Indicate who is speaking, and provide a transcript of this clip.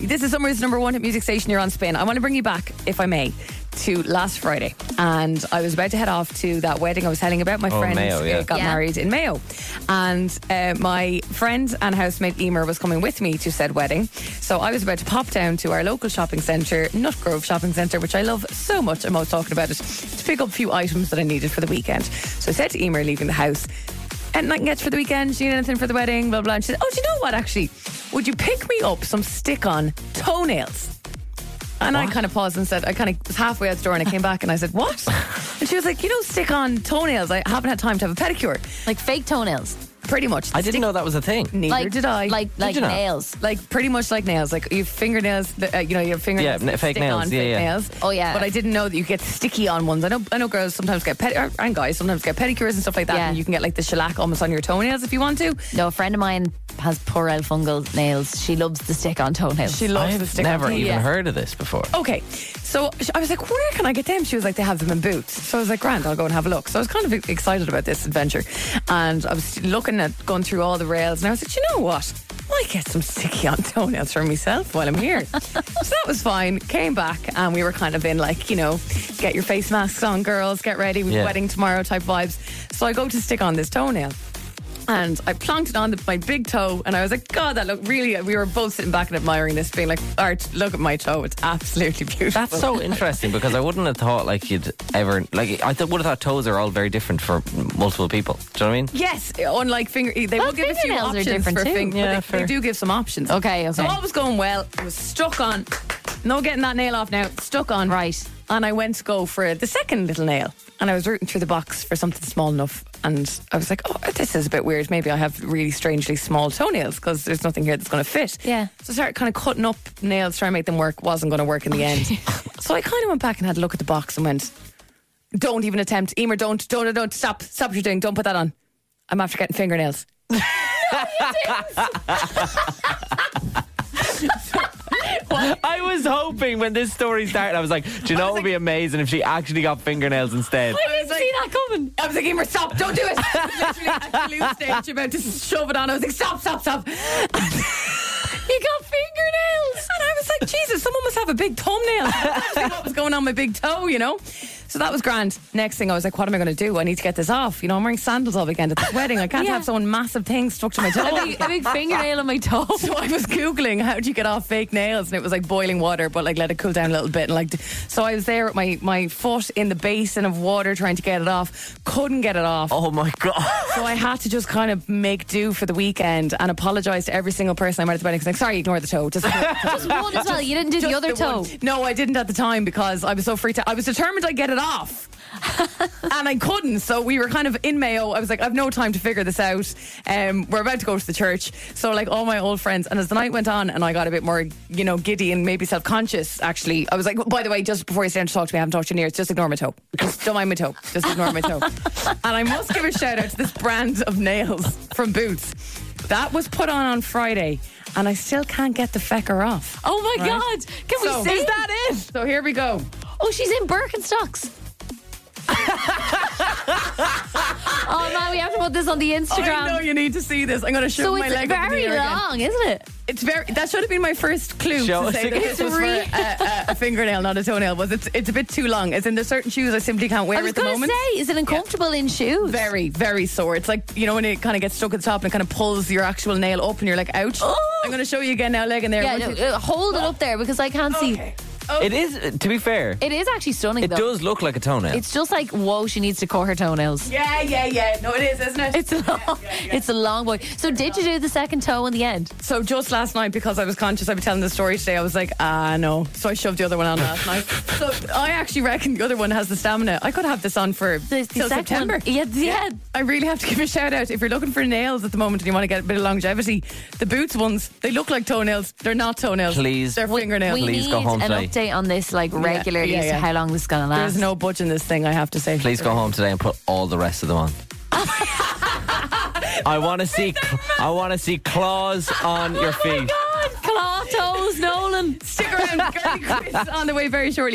Speaker 1: This is summer's number one hit music station. You're on spin. I want to bring you back, if I may, to last Friday. And I was about to head off to that wedding I was telling you about. My
Speaker 2: Oh,
Speaker 1: friend
Speaker 2: Mayo,
Speaker 1: uh,
Speaker 2: yeah.
Speaker 1: got
Speaker 3: Yeah.
Speaker 1: married in Mayo. And uh, my friend and housemate Emer was coming with me to said wedding. So I was about to pop down to our local shopping centre, Nutgrove Shopping Centre, which I love so much. I'm always talking about it, to pick up a few items that I needed for the weekend. So I said to Emer, leaving the house, and I can get you for the weekend. Do you need anything for the wedding? Blah, blah. And she said, Oh, do you know what, actually? Would you pick me up some stick on toenails? And I kind of paused and said, I kind of was halfway out the door and I came back and I said, What? and she was like, You know, stick on toenails. I haven't had time to have a pedicure.
Speaker 3: Like fake toenails.
Speaker 1: Pretty much.
Speaker 2: I didn't know that was a thing.
Speaker 1: Neither
Speaker 3: like
Speaker 1: did I.
Speaker 3: Like like
Speaker 2: you know?
Speaker 3: nails.
Speaker 1: like pretty much like nails. Like your fingernails, uh, you know, your fingernails.
Speaker 2: Yeah, n- fake
Speaker 1: stick
Speaker 2: nails.
Speaker 1: On,
Speaker 2: Yeah,
Speaker 1: fake
Speaker 2: yeah.
Speaker 1: nails.
Speaker 3: Oh, yeah.
Speaker 1: But I didn't know that you get sticky on ones. I know, I know, girls sometimes get pedi- or- and guys sometimes get pedicures and stuff like that,
Speaker 3: Yeah.
Speaker 1: and you can get like the shellac almost on your toenails if you want to.
Speaker 3: No, a friend of mine has poor fungal nails. She loves the stick on toenails.
Speaker 1: She loves the
Speaker 2: I've
Speaker 1: stick. Oh,
Speaker 2: never
Speaker 1: on
Speaker 2: even
Speaker 1: toenails.
Speaker 2: heard of this before.
Speaker 1: Okay, so sh- I was like, where can I get them? She was like, they have them in boots. So I was like, grand, I'll go and have a look. So I was kind of e, excited about this adventure. And I was looking at going through all the rails and I was like, you know what? I might get some sticky on toenails for myself while I'm here. so that was fine. Came back and we were kind of in like, you know, get your face masks on, girls, get ready, we've
Speaker 2: Yeah.
Speaker 1: wedding tomorrow type vibes. So I go to stick on this toenail and I plonked it on the, my big toe, and I was like, God, that look really. We were both sitting back and admiring this, being like, Art, look at my toe. It's absolutely beautiful.
Speaker 2: That's so interesting because I wouldn't have thought like you'd ever like I th- would have thought toes are all very different for multiple people. Do you know what I mean?
Speaker 1: Yes, unlike finger, they
Speaker 3: Well,
Speaker 1: will give a few
Speaker 3: fingernails are
Speaker 1: options
Speaker 3: different
Speaker 1: for
Speaker 3: too.
Speaker 1: fing- but
Speaker 2: Yeah,
Speaker 1: they- they,
Speaker 2: fair.
Speaker 1: do give some options.
Speaker 3: Okay,
Speaker 1: So
Speaker 3: okay.
Speaker 1: all was going well. It was stuck on. No getting that nail off now. Stuck on.
Speaker 3: Right.
Speaker 1: And I went to go for the second little nail, and I was rooting through the box for something small enough. And I was like, oh, this is a bit weird. Maybe I have really strangely small toenails because there's nothing here that's going to fit.
Speaker 3: Yeah.
Speaker 1: So I started kind of cutting up nails, trying to make them work. Wasn't going to work in the end. so I kind of went back and had a look at the box and went, don't even attempt. Emer, don't, don't, don't, stop, stop what you're doing. Don't put that on. I'm after getting fingernails.
Speaker 2: I was hoping when this story started, I was like, do you know it would be amazing if she actually got fingernails instead?
Speaker 1: didn't see that coming. I was like, Emer, stop, don't do it. I was Literally at the loose stage about to shove it on. I was like, stop, stop, stop. you got fingernails. And I was like, Jesus, someone must have a big thumbnail. I was like, what was going on my big toe, you know? So that was grand. Next thing I was like, what am I going to do? I need to get this off. You know, I'm wearing sandals all weekend at this wedding. I can't
Speaker 3: Yeah.
Speaker 1: have someone massive thing stuck to my toe.
Speaker 3: a, big, a big fingernail on my toe.
Speaker 1: So I was googling how do you get off fake nails, and it was like boiling water, but like let it cool down a little bit, and like d- so I was there with my my foot in the basin of water trying to get it off, couldn't get it off.
Speaker 2: Oh my god.
Speaker 1: So I had to just kind of make do for the weekend and apologise to every single person I met at the wedding. 'cause, Like, sorry, ignore the toe. Just,
Speaker 3: Just one as well. You didn't do
Speaker 1: just
Speaker 3: the other toe.
Speaker 1: one. No, I didn't at the time because I was so freaked out. I was determined I'd get it off. and I couldn't. So we were kind of in Mayo. I was like, I've no time to figure this out. Um, we're about to go to the church. So, like, all my old friends. And as the night went on and I got a bit more, you know, giddy and maybe self conscious, actually, I was like, "Oh, by the way, just before you stand to talk to me, I haven't talked to you in years, just ignore my toe. Just don't mind my toe. Just ignore my toe. and I must give a shout out to this brand of nails from Boots. That was put on on Friday. And I still can't get the fecker off.
Speaker 3: Oh my
Speaker 1: Right.
Speaker 3: God. Can
Speaker 1: So-
Speaker 3: we see?
Speaker 1: Is that
Speaker 3: it?
Speaker 1: So here we go.
Speaker 3: Oh, she's in Birkenstocks. oh man, we have to put this on the
Speaker 1: I know
Speaker 3: Instagram.
Speaker 1: you need to see this. I'm going to show
Speaker 3: So
Speaker 1: my
Speaker 3: it's
Speaker 1: leg. up in the
Speaker 3: very
Speaker 1: air again.
Speaker 3: long, isn't it?
Speaker 1: It's very. That should have been my first clue
Speaker 2: Show
Speaker 1: to
Speaker 2: us
Speaker 1: say that
Speaker 2: again.
Speaker 1: this was for
Speaker 3: Three.
Speaker 1: a, a, a fingernail, not a toenail. Was it's it's a bit too long. As in, there's certain shoes I simply can't wear
Speaker 3: I was
Speaker 1: at the
Speaker 3: going to
Speaker 1: moment.
Speaker 3: say, is it uncomfortable in shoes?
Speaker 1: Very, very sore. It's like you know when it kind of gets stuck at the top and it kind of pulls your actual nail up, and you're like, ouch.
Speaker 3: Oh.
Speaker 1: I'm going to show you again now, leg in there.
Speaker 3: Yeah,
Speaker 1: One,
Speaker 3: no,
Speaker 1: two-
Speaker 3: uh, hold it up there because I can't see.
Speaker 1: okay. Oh,
Speaker 2: It is to be fair,
Speaker 3: It is actually stunning
Speaker 2: it
Speaker 3: though.
Speaker 2: does look like a toenail.
Speaker 3: It's just like whoa, she needs to cut her toenails.
Speaker 1: yeah, yeah, yeah. No, it is, isn't it?
Speaker 3: It's a long, it's a long boy. So did you do the second toe in the end?
Speaker 1: So just last night, because I was conscious, I was telling the story today. I was like, ah, no. So I shoved the other one on last night. So I actually reckon the other one has the stamina. I could have this on for
Speaker 3: The, the
Speaker 1: till
Speaker 3: second
Speaker 1: September.
Speaker 3: one. Yeah, yeah.
Speaker 1: I really have to give a shout out if you're looking for nails at the moment and you want to get a bit of longevity. The boots ones, they look like toenails. They're not toenails.
Speaker 2: Please.
Speaker 1: they're
Speaker 2: We-
Speaker 1: fingernails.
Speaker 3: We
Speaker 2: Please
Speaker 3: need
Speaker 2: go home
Speaker 3: an
Speaker 2: today.
Speaker 3: update on this like regularly
Speaker 1: yeah,
Speaker 3: as to
Speaker 1: yeah.
Speaker 3: how long this is gonna last.
Speaker 1: There's no budge in this thing. I have to say.
Speaker 2: Please go home today and put all the rest of them on. I want to see cl- I want to see claws on your feet.
Speaker 3: God, claw toes, Nolan.
Speaker 1: Stick around, girly quiz on the way very shortly.